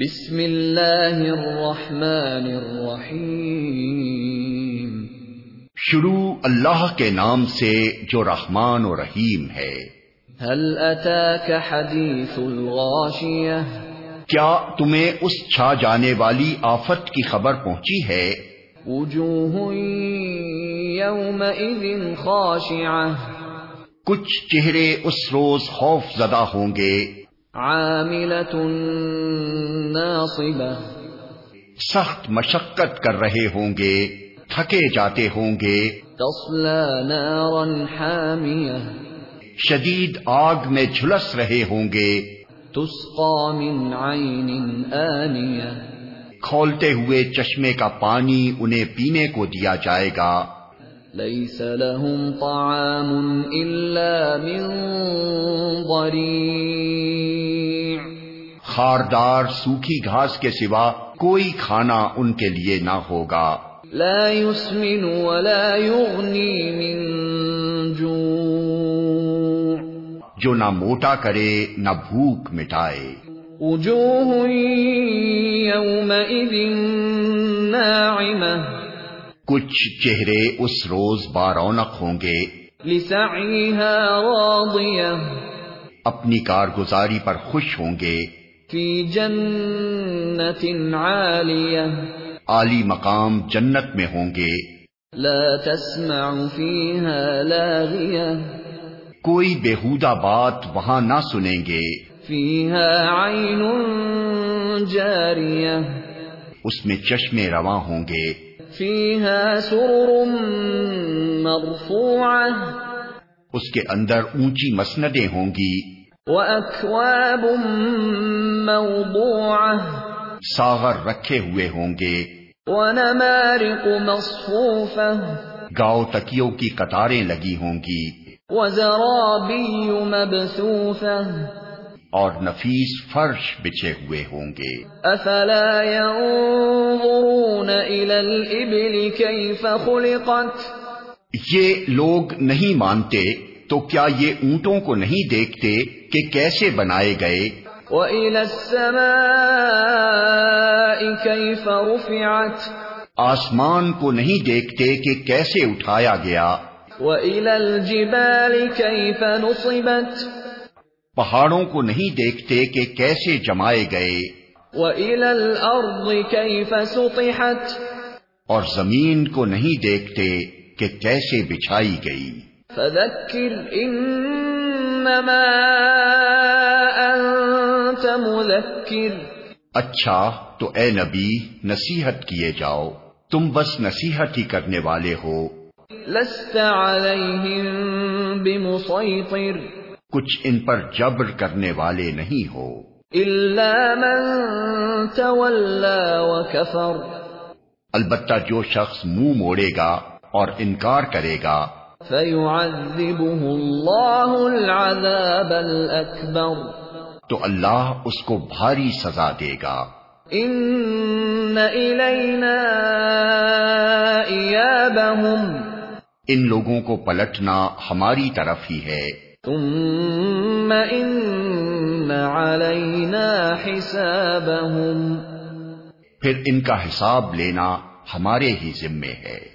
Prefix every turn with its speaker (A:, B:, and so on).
A: بسم اللہ الرحمن الرحیم
B: شروع اللہ کے نام سے جو رحمان و رحیم ہے
A: هل اتاك حديث الغاشية
B: کیا تمہیں اس چھا جانے والی آفت کی خبر پہنچی ہے
A: وجوه يومئذ خاشعة
B: کچھ چہرے اس روز خوف زدہ ہوں گے
A: عاملة ناصبة
B: سخت مشقت کر رہے ہوں گے تھکے جاتے ہوں گے
A: تصلى نارا حامية
B: شدید آگ میں جھلس رہے ہوں گے
A: تسقى من عين آنية
B: کھولتے ہوئے چشمے کا پانی انہیں پینے کو دیا جائے گا
A: ليس لهم طعام إلا من ضريع
B: خاردار سوکھی گھاس کے سوا کوئی کھانا ان کے لیے نہ ہوگا
A: لا يسمن ولا يغني من جوع
B: جو نہ موٹا کرے نہ بھوک مٹائے
A: وجوه يومئذ ناعمة
B: کچھ چہرے اس روز بارونق ہوں گے
A: لسعيها راضية
B: اپنی کارگزاری پر خوش ہوں گے
A: في جنة عالية
B: عالی مقام جنت میں ہوں گے
A: لا تسمع فيها لاغية
B: کوئی بےحودہ بات وہاں نہ سنیں گے
A: فيها عين جارية
B: اس میں چشمے رواں ہوں گے
A: فيها سرر مرفوعة
B: اس کے اندر اونچی مسندیں ہوں گی
A: وأكواب موضوعة
B: ساغر رکھے ہوئے ہوں گے
A: ونمارق مصفوفة
B: گاؤ تکیوں کی قطاریں لگی ہوں گی
A: وزرابي مبثوثة
B: اور نفیس فرش بچھے ہوئے ہوں گے
A: أفلا ينظرون إلى الإبل كيف خلقت
B: یہ لوگ نہیں مانتے تو کیا یہ اونٹوں کو نہیں دیکھتے کہ کیسے بنائے گئے
A: وإلى السماء كيف رفعت
B: آسمان کو نہیں دیکھتے کہ کیسے اٹھایا گیا
A: وإلى الجبال كيف نصبت
B: پہاڑوں کو نہیں دیکھتے کہ کیسے جمائے گئے
A: وإلى الأرض كيف سطحت
B: اور زمین کو نہیں دیکھتے کہ کیسے بچھائی گئی
A: فذكر إنما أنت مذكر
B: اچھا تو اے نبی نصیحت کیے جاؤ تم بس نصیحت ہی کرنے والے ہو
A: لست عليهم بمسيطر
B: کچھ ان پر جبر کرنے والے نہیں ہو
A: إلا من تولى وكفر
B: البتہ جو شخص منہ موڑے گا اور انکار کرے گا
A: فيعذبه الله العذاب الأكبر
B: تو اللہ اس کو بھاری سزا دے گا
A: إن إلينا إيابهم
B: ان لوگوں کو پلٹنا ہماری طرف ہی ہے
A: ثم إن علينا حسابهم
B: پھر ان کا حساب لینا ہمارے ہی ذمے ہے